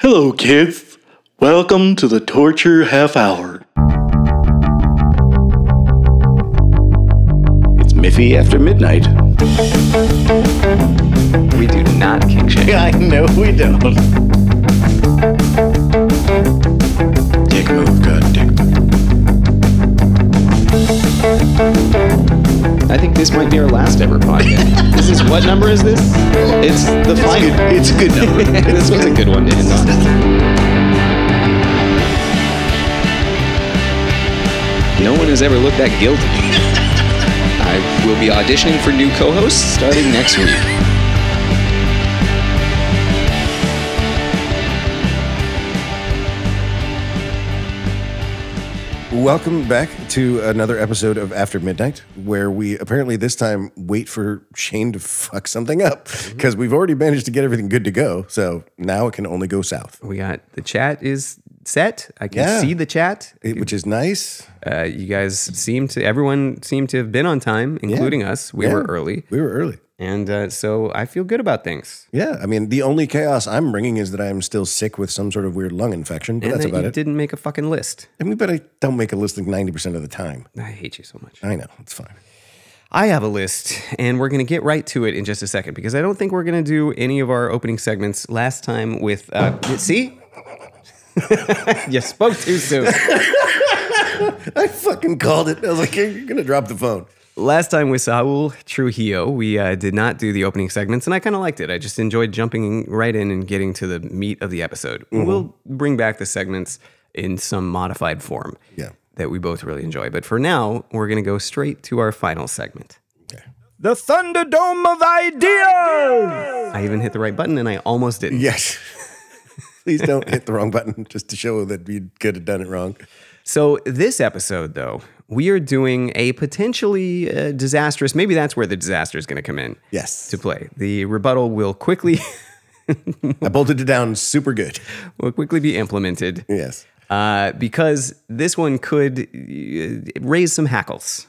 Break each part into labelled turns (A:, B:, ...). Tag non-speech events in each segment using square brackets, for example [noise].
A: Hello, kids. Welcome to the Torture Half Hour.
B: It's Miffy after midnight.
C: We do not kink shame.
B: [laughs] I know we don't. Dick move, God, dick move.
C: I think this might be our last ever
D: [laughs]
C: podcast. this is what number is this? It's the final.
B: It's a good
C: [laughs]
B: number.
C: this was a good one to end on. No one has ever looked that guilty.
D: [laughs]
C: I will be auditioning for new co-hosts starting next week.
E: Welcome back to another episode of After Midnight, where we apparently this time wait for Shane to fuck something up
D: Mm-hmm.
E: because we've already managed to get everything good to go. So now it can only go south,
D: We got the chat is set. I can
E: Yeah.
D: see the chat.
E: It- which is nice.
D: Uh, you guys seem to everyone seemed to have been on time, including us. We
E: Yeah.
D: were early,
E: We were early.
D: and uh, so I feel good about things.
E: Yeah. I mean, the only chaos I'm bringing is that I'm still sick with some sort of weird lung infection, but
D: and
E: that's
D: that
E: about
D: you
E: it.
D: didn't make a fucking list.
E: I mean, but I don't make a list like 90% of the time.
D: I hate you so much.
E: I know. It's fine. [laughs]
D: I have a list, and we're going to get right to it in just a second because I don't think we're going to do any of our opening segments last time with. Uh, see? [laughs] you spoke too soon.
E: I fucking called it. I was like, you're going to drop the phone.
D: Last time with Saul Trujillo, we uh, did not do the opening segments, and I kind of liked it. I just enjoyed jumping right in and getting to the meat of the episode.
F: Mm-hmm.
D: We'll bring back the segments in some modified form
E: Yeah.
D: that we both really enjoy. But for now, we're going to go straight to our final segment.
F: The Thunderdome of Ideas!
D: I even hit the right button, and I almost didn't.
E: Yes. [laughs] Please don't hit the wrong button just to show that you could have done it wrong.
D: So, this episode, though, we are doing a potentially uh, disastrous, maybe that's where the disaster is going to come in
E: Yes.
D: to play. The rebuttal will quickly.
E: I bolted it down super good.
D: will quickly be implemented
E: Yes.
D: uh, because this one could uh, raise some hackles.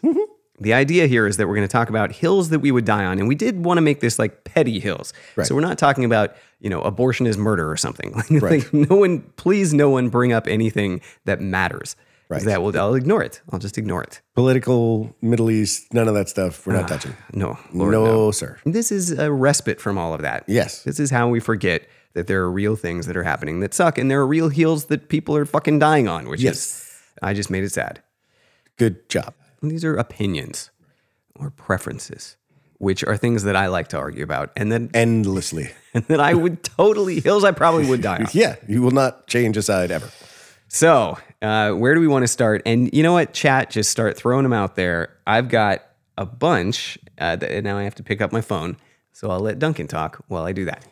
D: The idea here is that we're going to talk about hills that we would die on, and we did want to make this like petty hills. So we're not talking about you know abortion is murder or something. [laughs] Like, like, no one, please, no one bring up anything that matters.
E: Right.
D: 'Cause That will I'll ignore it. I'll just ignore it.
E: Political, Middle East, none of that stuff. We're not touching. No,
D: No, Ah, Lord, no.
E: sir.
D: This is a respite from all of that.
E: Yes.
D: This is how we forget that there are real things that are happening that suck and there are real heels that people are fucking dying on, which is
E: Yes.
D: I just made it sad.
E: Good job.
D: And these are opinions or preferences, which are things that I like to argue about and then [laughs]
E: Endlessly.
D: and that I would totally hills I probably
E: [laughs]
D: would die on.
E: Yeah. You will not change a side ever.
D: So, uh, where do we want to start? And you know what, chat, just start throwing them out there. I've got a bunch, uh, that, and now I have to pick up my phone. So I'll let Duncan talk while I do that.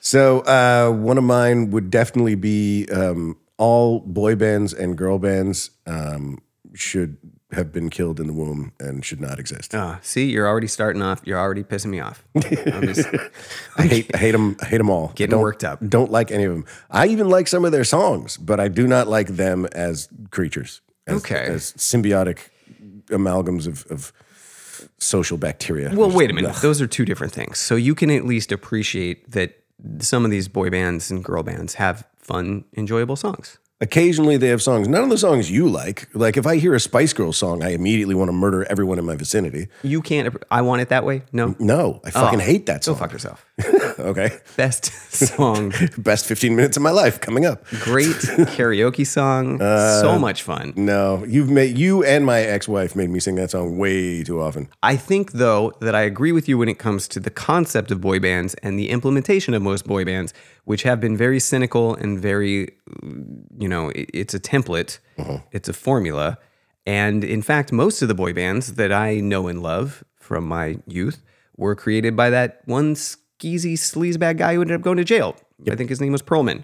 E: So uh, one of mine would definitely be um, all boy bands and girl bands um, should have been killed in the womb and should not exist.
D: Uh, see, you're already starting off. You're already pissing me off. I'm just,
E: I hate, I hate them. I hate them all.
D: Getting
E: I don't-
D: worked up.
E: Don't like any of them. I even like some of their songs, but I do not like them as creatures. As,
D: Okay.
E: As symbiotic amalgams of, of social bacteria.
D: well, wait a minute. Those are two different things. So you can at least appreciate that some of these boy bands and girl bands have fun, enjoyable songs.
E: Occasionally they have songs. None of the songs you like. Like if I hear a Spice Girls song, I immediately want to murder everyone in my vicinity.
D: You can't. app- I want it that way. No,
E: No, I fucking hate that
D: Ah. go
E: song.
D: fuck yourself.
E: [laughs] Okay.
D: Best [laughs] song,
E: Best 15 minutes of my life coming up.
D: great karaoke song. so much fun.
E: No, you've made you and my ex-wife made me sing that song way too often.
D: I think, though, that I agree with you when it comes to the concept of boy bands and the implementation of most boy bands, which have been very cynical and very, you know, i- it's a template, it's a formula. And in fact, most of the boy bands that I know and love from my youth were created by that one skeezy sleazebag guy who ended up going to jail. I think his name was Perlman.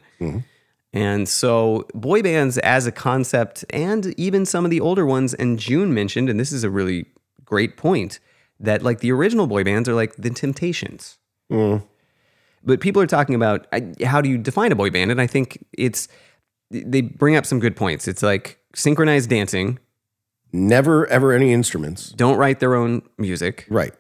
D: And so, boy bands as a concept, and even some of the older ones, and June mentioned, and this is a really great point, that like the original boy bands are like the Temptations. But people are talking about I, how do you define a boy band? And I think it's, they bring up some good points. It's like synchronized dancing,
E: Never ever any instruments.
D: don't write their own music.
E: Right.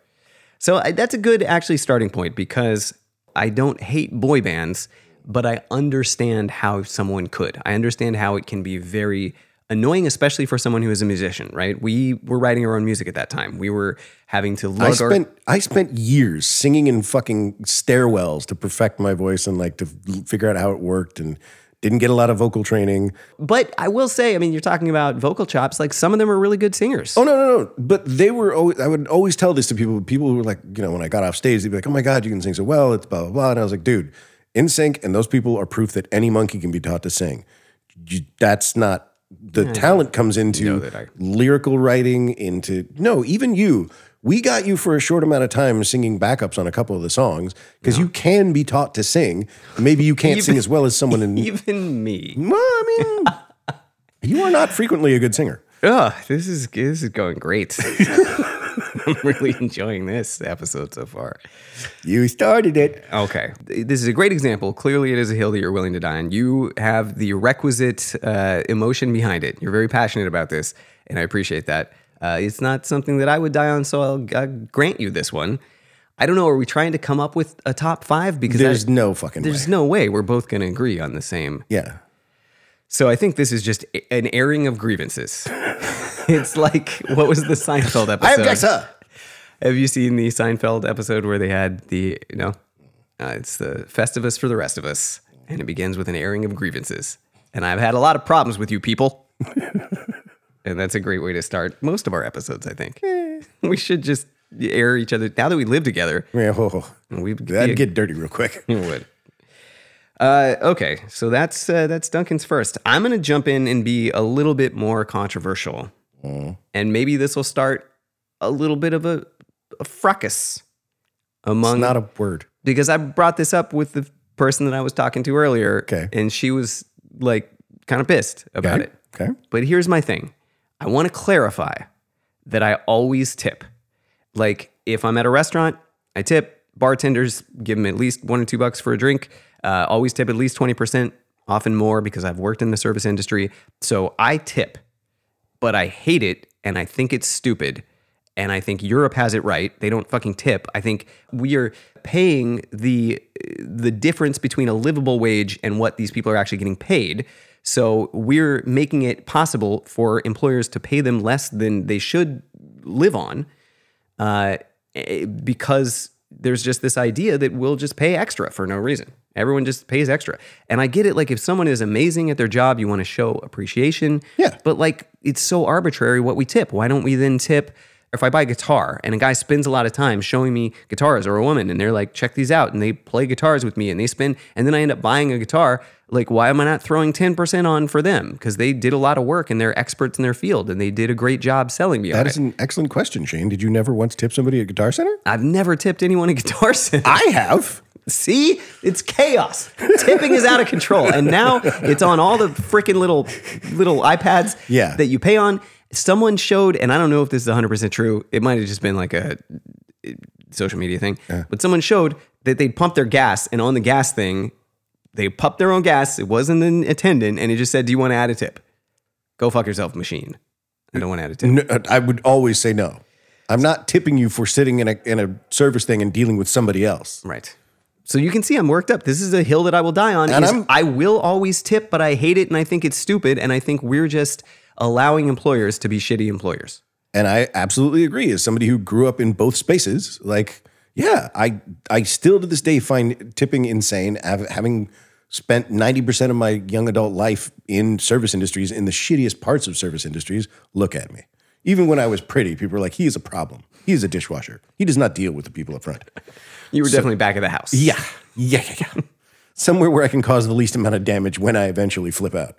D: So I, that's a good actually starting point because I- I don't hate boy bands, but I understand how someone could. I understand how it can be very annoying, especially for someone who is a musician, right? We were writing our own music at that time. We were having to lug
E: I
D: our.
E: spent I spent years singing in fucking stairwells to perfect my voice and like to f- figure out how it worked and didn't get a lot of vocal training.
D: But I will say, I mean, you're talking about vocal chops. Like some of them are really good singers.
E: Oh no, no, no! But they were always. I would always tell this to people. People who were like, you know, when I got off stage, they'd be like, "Oh my god, you can sing so well!" It's blah blah blah. And I was like, "Dude, in sync, and those people are proof that any monkey can be taught to sing. You- that's not." The talent comes into lyrical writing, into no, even you. We got you for a short amount of time singing backups on a couple of the songs because you can be taught to sing. Maybe you can't sing as well as someone in.
D: [laughs] Even me.
E: well, I mean, you are not frequently a good singer.
D: Ugh, this is this is going great. [laughs] I'm really enjoying this episode so far.
E: You started it.
D: Okay. This is a great example. Clearly, it is a hill that you're willing to die on. You have the requisite uh, emotion behind it. You're very passionate about this, and I appreciate that. Uh, it's not something that I would die on, so I'll, i grant you this one. I don't know. Are we trying to come up with a top five? Because
E: There's
D: that-
E: no fucking way.
D: there's no way we're both going to agree on the same.
E: Yeah.
D: So I think this is just a- an airing of
E: [laughs]
D: grievances. it's like what was the Seinfeld episode?
E: I object, sir.
D: Have you seen the Seinfeld episode where they had the you know, uh, it's the Festivus for the rest of us, and it begins with an airing of grievances. And I've had a lot of problems with you people, [laughs] and that's a great way to start most of our episodes. I think we should just air each other now that we live together.
E: Yeah, ho, ho.
D: We
E: That'd get dirty real
D: [laughs]
E: quick.
D: it would. Uh, okay, so that's uh, that's Duncan's first. I'm gonna jump in and be a little bit more controversial,
E: Mm.
D: and maybe this will start a little bit of a, a fracas among
E: Not a word.
D: because I brought this up with the person that I was talking to earlier,
E: Okay.
D: and she was like kind of pissed about it.
E: Okay.
D: But here's my thing I want to clarify that I always tip. Like, if I'm at a restaurant, I tip. Bartenders give them at least one or two bucks for a drink. Uh, always tip at least 20%, often more because I've worked in the service industry. So I tip, but I hate it and I think it's stupid. And I think Europe has it right. They don't fucking tip. I think we are paying the the difference between a livable wage and what these people are actually getting paid. So we're making it possible for employers to pay them less than they should live on, uh, eh, because there's just this idea that we'll just pay extra for no reason. Everyone just pays extra, and I get it. Like if someone is amazing at their job, you want to show appreciation.
E: Yeah.
D: But like it's so arbitrary what we tip. Why don't we then tip? If I buy a guitar and a guy spends a lot of time showing me guitars or a woman and they're like, check these out, and they play guitars with me and they spend, and then I end up buying a guitar, like, why am I not throwing 10% on for them? Because they did a lot of work and they're experts in their field and they did a great job selling me. on
E: That
D: it.
E: is an excellent question, Shane. Did you never once tip somebody at Guitar Center?
D: I've never tipped anyone a guitar [laughs] since.
E: I have.
D: See, it's chaos. Tipping is out of control, and now it's on all the freaking little little iPads
E: Yeah.
D: that you pay on. Someone showed, and I don't know if this is 100 percent true. It might have just been like a uh, social media thing, but someone showed that they pumped their gas, and on the gas thing, they pumped their own gas. It wasn't an attendant, and it just said, "Do you want to add a tip? Go fuck yourself, machine." I don't want to add a tip.
E: No, I would always say no. I'm not tipping you for sitting in a, in a service thing and dealing with somebody else.
D: Right. So you can see I'm worked up. This is a hill that I will die on.
E: And
D: is
E: I'm-
D: I will always tip, but I hate it and I think it's stupid. And I think we're just allowing employers to be shitty employers.
E: And I absolutely agree. As somebody who grew up in both spaces, like, yeah, I I still to this day find tipping insane. Av- Having spent ninety percent of my young adult life in service industries, in the shittiest parts of service industries, look at me. Even when I was pretty, people were like, "He is a problem. He is a dishwasher. He does not deal with the people up front."
D: You were definitely back of the
E: [laughs]
D: house.
E: Yeah, yeah, yeah, yeah. Somewhere where I can cause the least amount of damage when I eventually flip out.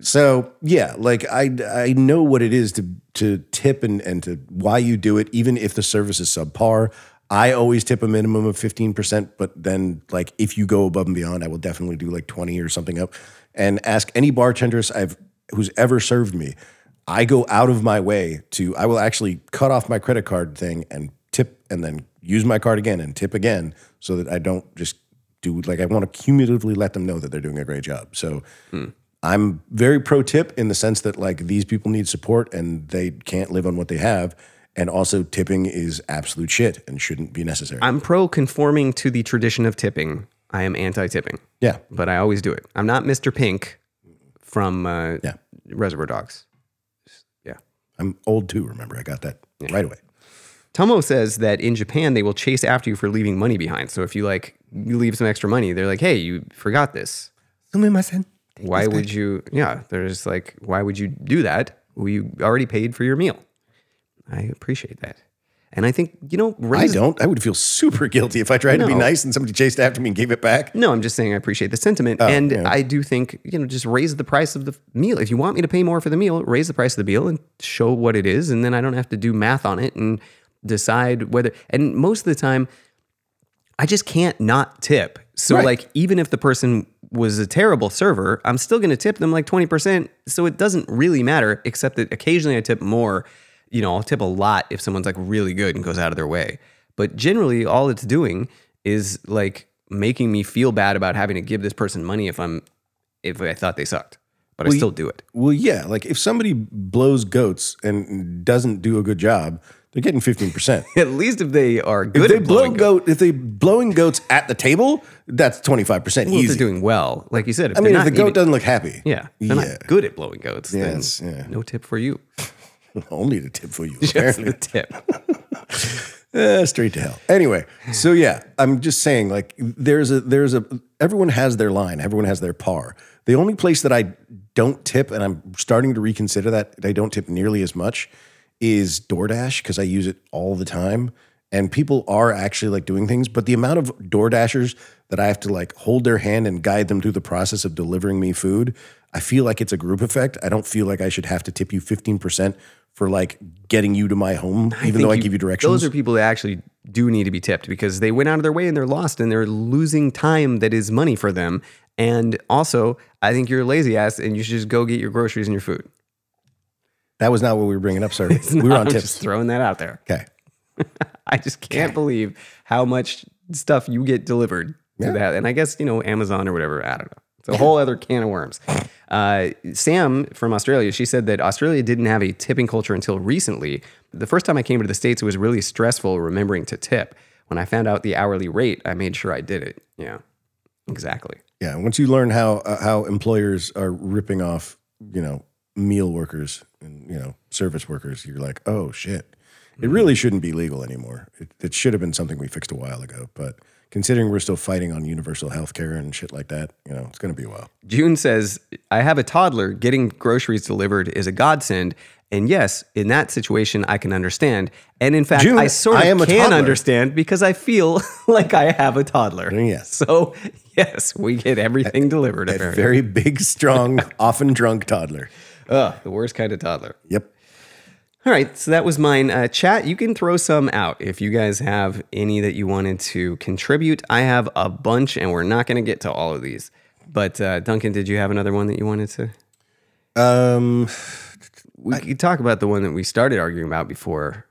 E: So yeah, like I I know what it is to to tip and and to why you do it, even if the service is subpar. I always tip a minimum of fifteen percent, but then like if you go above and beyond, I will definitely do like twenty or something up. And ask any bartenders I've who's ever served me. I go out of my way to I will actually cut off my credit card thing and tip and then use my card again and tip again so that I don't just do like I want to cumulatively let them know that they're doing a great job. So I'm very pro tip in the sense that like these people need support and they can't live on what they have. And also, tipping is absolute shit and shouldn't be necessary.
D: I'm pro conforming to the tradition of tipping. I am anti tipping,
E: yeah.
D: but I always do it. I'm not Mr. Pink from uh,
E: Yeah.
D: Reservoir Dogs. Yeah.
E: I'm old too, remember? I got that right away.
D: Tomo says that in Japan they will chase after you for leaving money behind. So if you like you leave some extra money, they're like, "Hey, you forgot this. Why would you?" Yeah, they're just like, "Why would you do that? We already paid for your meal." I appreciate that, and I think you know.
E: I
D: Raisin-
E: don't. I would feel super guilty if I tried to be
D: No.
E: nice and somebody chased after me and gave it back.
D: No, I'm just saying I appreciate the sentiment,
E: Oh,
D: and I do think you know just raise the price of the meal. If you want me to pay more for the meal, raise the price of the meal and show what it is, and then I don't have to do math on it and decide whether. And most of the time, I just can't not tip. So
E: Right.
D: like even if the person was a terrible server, I'm still going to tip them like 20%, so it doesn't really matter except that occasionally I tip more. You know, I'll tip a lot if someone's like really good and goes out of their way. But generally all it's doing is like making me feel bad about having to give this person money if I'm if I thought they sucked. But I still do it. [laughs]
E: Well, yeah. Like if somebody blows goats and doesn't do a good job, they're getting 15%.
D: At least if they are [laughs] good
E: if they
D: at
E: blow
D: blowing
E: goat, if they blowing goats at the table, that's 25%
D: well, if
E: easy.
D: they're doing well. Like you said, if
E: I mean,
D: they're
E: if the
D: not
E: goat
D: even-
E: doesn't look happy,
D: Yeah, they're
E: Yeah.
D: not good at blowing goats. then
E: Yes, yeah.
D: No tip for you.
E: [laughs] only the tip for you.
D: That's the
E: Apparently.
D: tip.
E: Eh, straight to hell. Anyway, so yeah, I'm just saying, like, there's a there's a everyone has their line, everyone has their par. The only place that I don't tip, and I'm starting to reconsider that I don't tip nearly as much, is DoorDash because I use it all the time, and people are actually like doing things. But the amount of DoorDashers that I have to like hold their hand and guide them through the process of delivering me food, I feel like it's a group effect. I don't feel like I should have to tip you 15 percent. For like getting you to my home, [laughs] even though I
D: think
E: give you directions.
D: Those are people that actually do need to be tipped because they went out of their way and they're lost and they're losing time that is money for them. And also, I think you're a lazy ass and you should just go get your groceries and your food. [laughs]
E: That was not what we were bringing [laughs] up, sir. we were on
D: I'm
E: tips.
D: just throwing that out there.
E: Okay.
D: [laughs] I just can't believe how much stuff you get delivered to that. And I guess, you know, Amazon or whatever, I don't know. It's a whole other can of worms. [laughs] Uh, Sam from Australia, she said that Australia didn't have a tipping culture until recently. The first time I came to the States, it was really stressful remembering to tip. When I found out the hourly rate, I made sure I did it. Yeah, exactly.
E: Yeah. Once you learn how uh, how employers are ripping off, you know, meal workers and you know service workers, you're like, oh shit. It really shouldn't be legal anymore. It, it should have been something we fixed a while ago. But considering we're still fighting on universal health care and shit like that, you know, it's going to be a while.
D: June says, I have a toddler. Getting groceries delivered is a godsend. And yes, in that situation, I can understand. And in fact,
E: June,
D: I sort of
E: I am a
D: can
E: toddler.
D: understand because I feel [laughs] like I have a toddler.
E: Yes.
D: So, yes, we get everything delivered.
E: A
D: Apparently.
E: very big, strong, [laughs] often drunk toddler.
D: Ugh, the worst kind of toddler.
E: Yep.
D: All right, so that was mine. Uh, chat, you can throw some out if you guys have any that you wanted to contribute. I have a bunch, and we're not going to get to all of these. But uh, Duncan, did you have another one that you wanted to?
E: Um,
D: We could talk about the one that we started arguing about before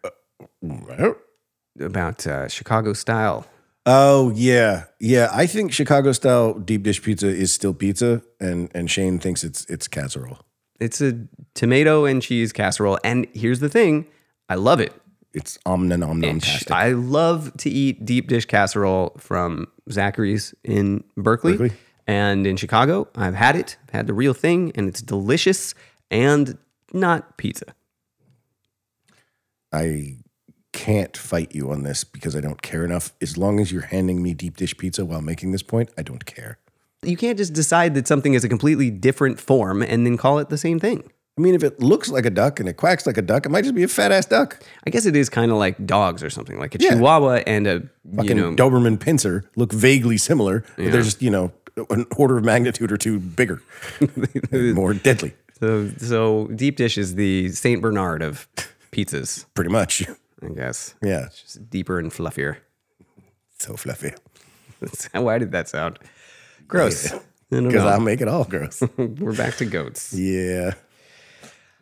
D: about uh, Chicago style.
E: Oh yeah, yeah. I think Chicago style deep dish pizza is still pizza, and and Shane thinks it's it's casserole.
D: It's a tomato and cheese casserole, and here's the thing: I love it.
E: It's omna nom nom
D: Sh-
E: tastic.
D: I love to eat deep dish casserole from Zachary's in Berkeley,
E: Berkeley?
D: and in Chicago. I've had it, I've had the real thing, and it's delicious and not pizza.
E: I can't fight you on this because I don't care enough. As long as you're handing me deep dish pizza while making this point, I don't care.
D: You can't just decide that something is a completely different form and then call it the same thing.
E: I mean, if it looks like a duck and it quacks like a duck, it might just be a fat ass duck.
D: I guess it is kind of like dogs or something, like a
E: Yeah.
D: Chihuahua and a you
E: Fucking
D: know
E: Doberman pincer look vaguely similar, but they're just you know an order of magnitude or two bigger, more deadly,
D: So, so deep dish is the Saint Bernard of pizzas,
E: pretty much.
D: I guess.
E: Yeah,
D: It's deeper and fluffier. [laughs]
E: so fluffy.
D: Why did that sound gross? I don't
E: Because
D: know.
E: I'll make it all gross. [laughs]
D: [laughs] We're back to goats.
E: yeah.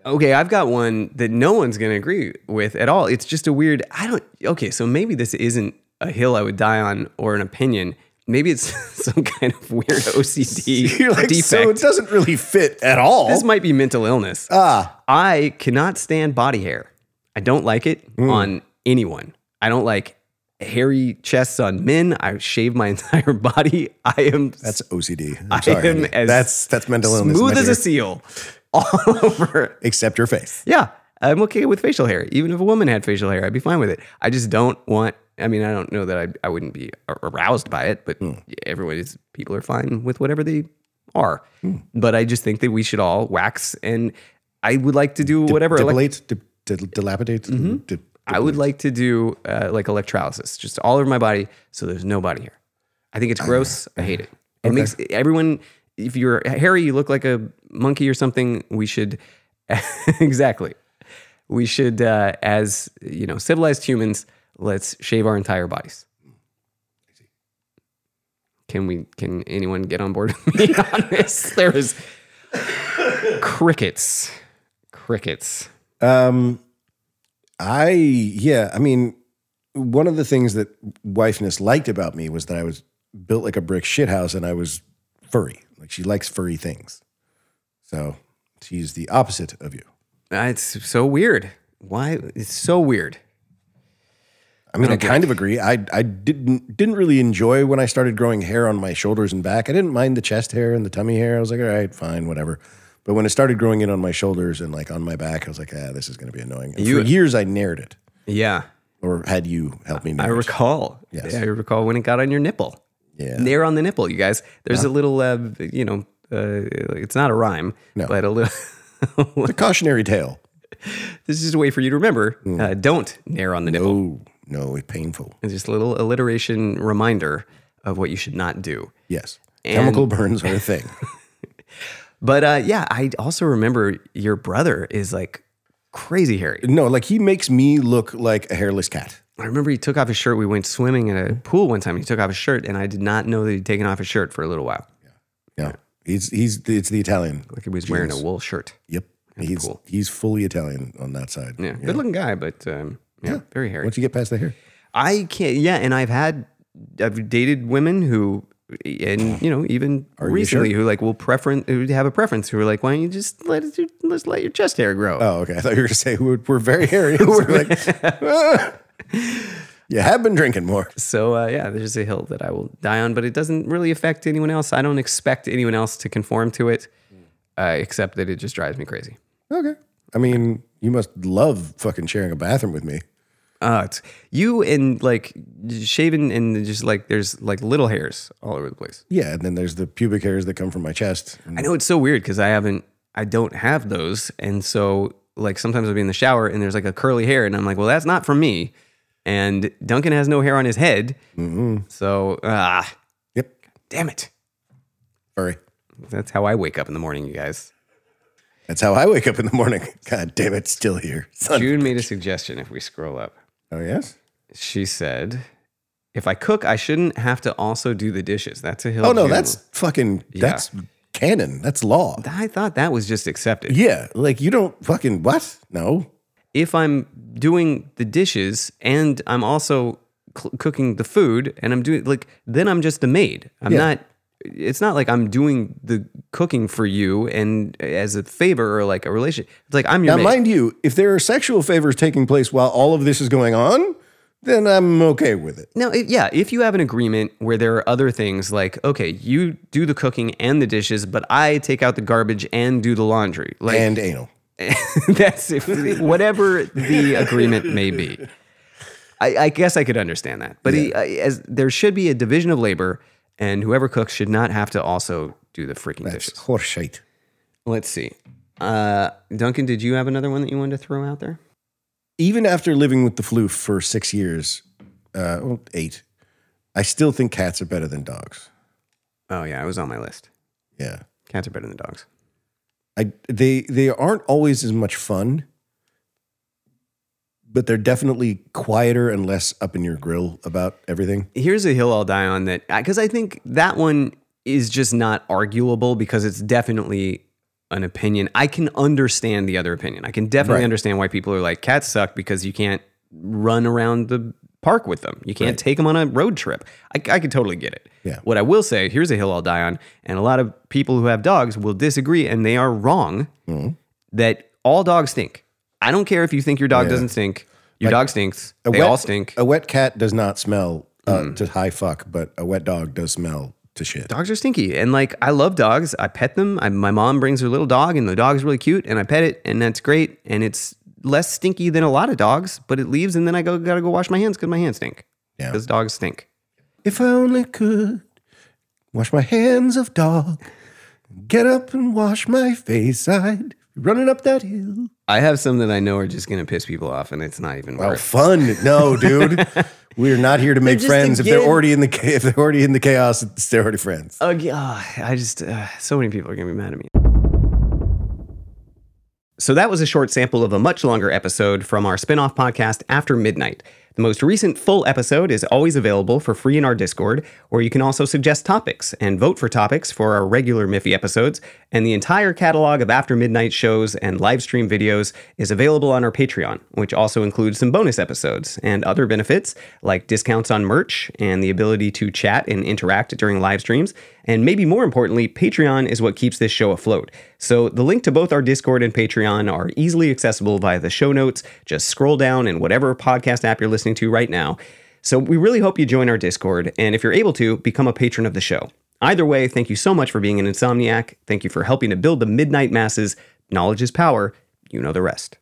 D: Okay, I've got one that no one's going to agree with at all. It's just a weird. I don't. Okay, so maybe this isn't a hill I would die on or an opinion. Maybe it's [laughs] some kind of weird OCD
E: [laughs] You're like,
D: defect.
E: so Uh, it doesn't really fit at all.
D: This might be mental illness. Ah. I cannot stand body hair. I I don't like it
E: Mm.
D: on anyone. I don't like hairy chests on men. I shave my [laughs] entire body. I am
E: That's OCD.
D: I
E: I'm sorry.
D: am
E: honey.
D: as
E: that's that's mental illness.
D: smooth
E: my
D: as
E: dear.
D: a seal [laughs] all over.
E: except your face.
D: Yeah, I'm okay with facial hair. Even if a woman had facial hair, I'd be fine with it. I just don't want. I mean, I don't know that I, I wouldn't be ar- aroused by it, but
E: Mm.
D: everyone is people are fine with whatever they are.
E: Mm.
D: But I just think that we should all wax, and I would like Mm-hmm. to do whatever. elec-
E: Dilate, di- di- dilapidate. di-
D: I would like to do uh, like electrolysis, just all over my body, so there's no body hair. I think it's gross. I hate it. It makes everyone. If you're hairy, you look like a monkey or something. We should [laughs] exactly. We should, uh, as you know, civilized humans, let's shave our entire bodies. Can we? Can anyone get on board with me [laughs] on this? There is crickets, crickets.
E: Um, I yeah, I mean, one of the things that wifeness liked about me was that I was built like a brick shithouse and I was furry. Like she likes furry things, so she's the opposite of you.
D: Uh, It's so weird. Why? It's so weird.
E: I mean, I,
D: get
E: kind of agree. I I didn't didn't really enjoy when I started growing hair on my shoulders and back. I didn't mind the chest hair and the tummy hair. I was like, all right, fine, whatever. But when it started growing in on my shoulders and like on my back, I was like, ah, this is going to be annoying. And
D: You-
E: for years, I narrowed it,
D: Yeah.
E: or had you help me
D: I
E: narrow it.
D: recall.
E: Yes.
D: Yeah, I recall when it got on your nipple.
E: Yeah.
D: There on the nipple, you guys. There's a little, uh, you know, uh, it's not a rhyme,
E: No.
D: but a little. [laughs]
E: It's a cautionary tale.
D: this is a way for you to remember. Uh, don't nair on the nipple.
E: Oh no, it's painful.
D: It's just a little alliteration reminder of what you should not do.
E: Yes,
D: And-
E: chemical burns are a thing.
D: [laughs] But uh, yeah, I also remember your brother is like crazy hairy.
E: no, like he makes me look like a hairless cat.
D: I remember he took off his shirt. We went swimming in
E: Hmm.
D: a pool one time. He took off his shirt, and I did not know that he'd taken off his shirt for a little while.
E: No, he's he's it's the Italian.
D: Like he was wearing a wool shirt.
E: Yep, he's
D: cool.
E: he's fully Italian on that side.
D: Yeah, good looking guy, but um, yeah, very hairy.
E: Once you get past the hair,
D: I can't. Yeah, and I've had I've dated women who, and you know, even
E: you
D: recently,
E: sure?
D: who like will preference who have a preference who are like, why don't you just let it, let's let your chest hair grow?
E: oh okay, I thought you were gonna say we're, we're very
D: [laughs]
E: hairy. [laughs] we're like, "Ah, you have been drinking more.
D: So uh, yeah, there's a hill that I will die on, but it doesn't really affect anyone else. I don't expect anyone else to conform to it,
E: Hmm.
D: uh, except that it just drives me crazy.
E: Okay, I mean you must love fucking sharing a bathroom with me.
D: Uh, it's you and like shaven and just like there's like little hairs all over the place.
E: Yeah, and then there's the pubic hairs that come from my chest.
D: I know it's so weird because I haven't, I don't have those. And so, like, sometimes I'll be in the shower and there's like a curly hair, and I'm like, well, that's not from me. And Duncan has no hair on his head. So, ah,
E: Mm-hmm. Yep,
D: damn it.
E: furry.
D: That's how I wake up in the morning, you guys.
E: That's how I wake up in the morning. [laughs] God damn it, still here. Son.
D: June made a suggestion if we scroll up.
E: Oh yes.
D: She said, if I cook, I shouldn't have to also do the dishes. That's a hill.
E: Oh no,
D: June-
E: that's fucking that's canon. That's law.
D: I thought that was just accepted.
E: yeah, like you don't fucking what? No.
D: if I'm doing the dishes and I'm also cl- cooking the food and I'm doing like then I'm just the maid. I'm
E: Yeah.
D: not it's not like I'm doing the cooking for you and as a favor or like a relationship. It's like I'm your
E: Now,
D: maid.
E: mind you, if there are sexual favors taking place while all of this is going on, then I'm okay with it.
D: No, it, yeah, if you have an agreement where there are other things like okay, you do the cooking and the dishes, but I take out the garbage and do the laundry. Like
E: And anal.
D: [laughs] that's if, whatever the agreement may be. I, I guess I could understand that, but he, I- as there should be a division of labor, and whoever cooks should not have to also do the freaking
E: That's
D: dishes.
E: horseshit.
D: Let's see. Uh, Duncan, did you have another one that you wanted to throw out there?
E: Even after living with the flu for six years, uh, well, eight, I still think cats are better than dogs.
D: Oh yeah, it was on my list.
E: Yeah.
D: Cats are better than dogs.
E: I they they aren't always as much fun, but they're definitely quieter and less up in your grill about everything.
D: Here's a hill I'll die on that because I think that one is just not arguable because it's definitely an opinion. I can understand the other opinion. I can definitely
E: Right.
D: understand why people are like cats suck because you can't run around the park with them. You can't take them on a road trip. I, I could totally get it.
E: Yeah.
D: What I will say, here's a hill I'll die on, and a lot of
E: Mm-hmm.
D: people who have dogs will disagree, and they are wrong that all dogs stink. I don't care if you think your dog doesn't stink. Your dog stinks.
E: A
D: they
E: wet-
D: all stink.
E: A wet cat does not smell uh, to high fuck, but a wet dog does smell to shit.
D: dogs are stinky and like i love dogs i pet them I, my mom brings her little dog and the dog's really cute and i pet it and that's great and it's less stinky than a lot of dogs but it leaves and then i go gotta go wash my hands because my hands stink
E: Yeah.
D: because dogs stink
E: If I only could wash my hands of dog, get up and wash my face. I'd be running up that hill.
D: i have some that i know are just gonna piss people off and it's not even
E: Oh,
D: worth
E: fun! No, [laughs] dude, we are not here to make
D: just
E: friends. If
D: again-
E: they're already in the cha- if they're already in the chaos, they're already friends.
D: Oh, yeah, I just, uh, so many people are going to be mad at me. So, that was a short sample of a much longer episode from our spin off podcast, After Midnight. The most recent full episode is always available for free in our Discord, where you can also suggest topics and vote for topics for our regular Miffy episodes. And the entire catalog of After Midnight shows and live stream videos is available on our Patreon, which also includes some bonus episodes and other benefits like discounts on merch and the ability to chat and interact during live streams. And maybe more importantly, Patreon is what keeps this show afloat. So the link to both our Discord and Patreon are easily accessible via the show notes. Just scroll down in whatever podcast app you're listening to right now. So we really hope you join our Discord, and if you're able to, become a patron of the show. Either way, thank you so much for being an insomniac. Thank you for helping to build the midnight masses. Knowledge is power. You know the rest.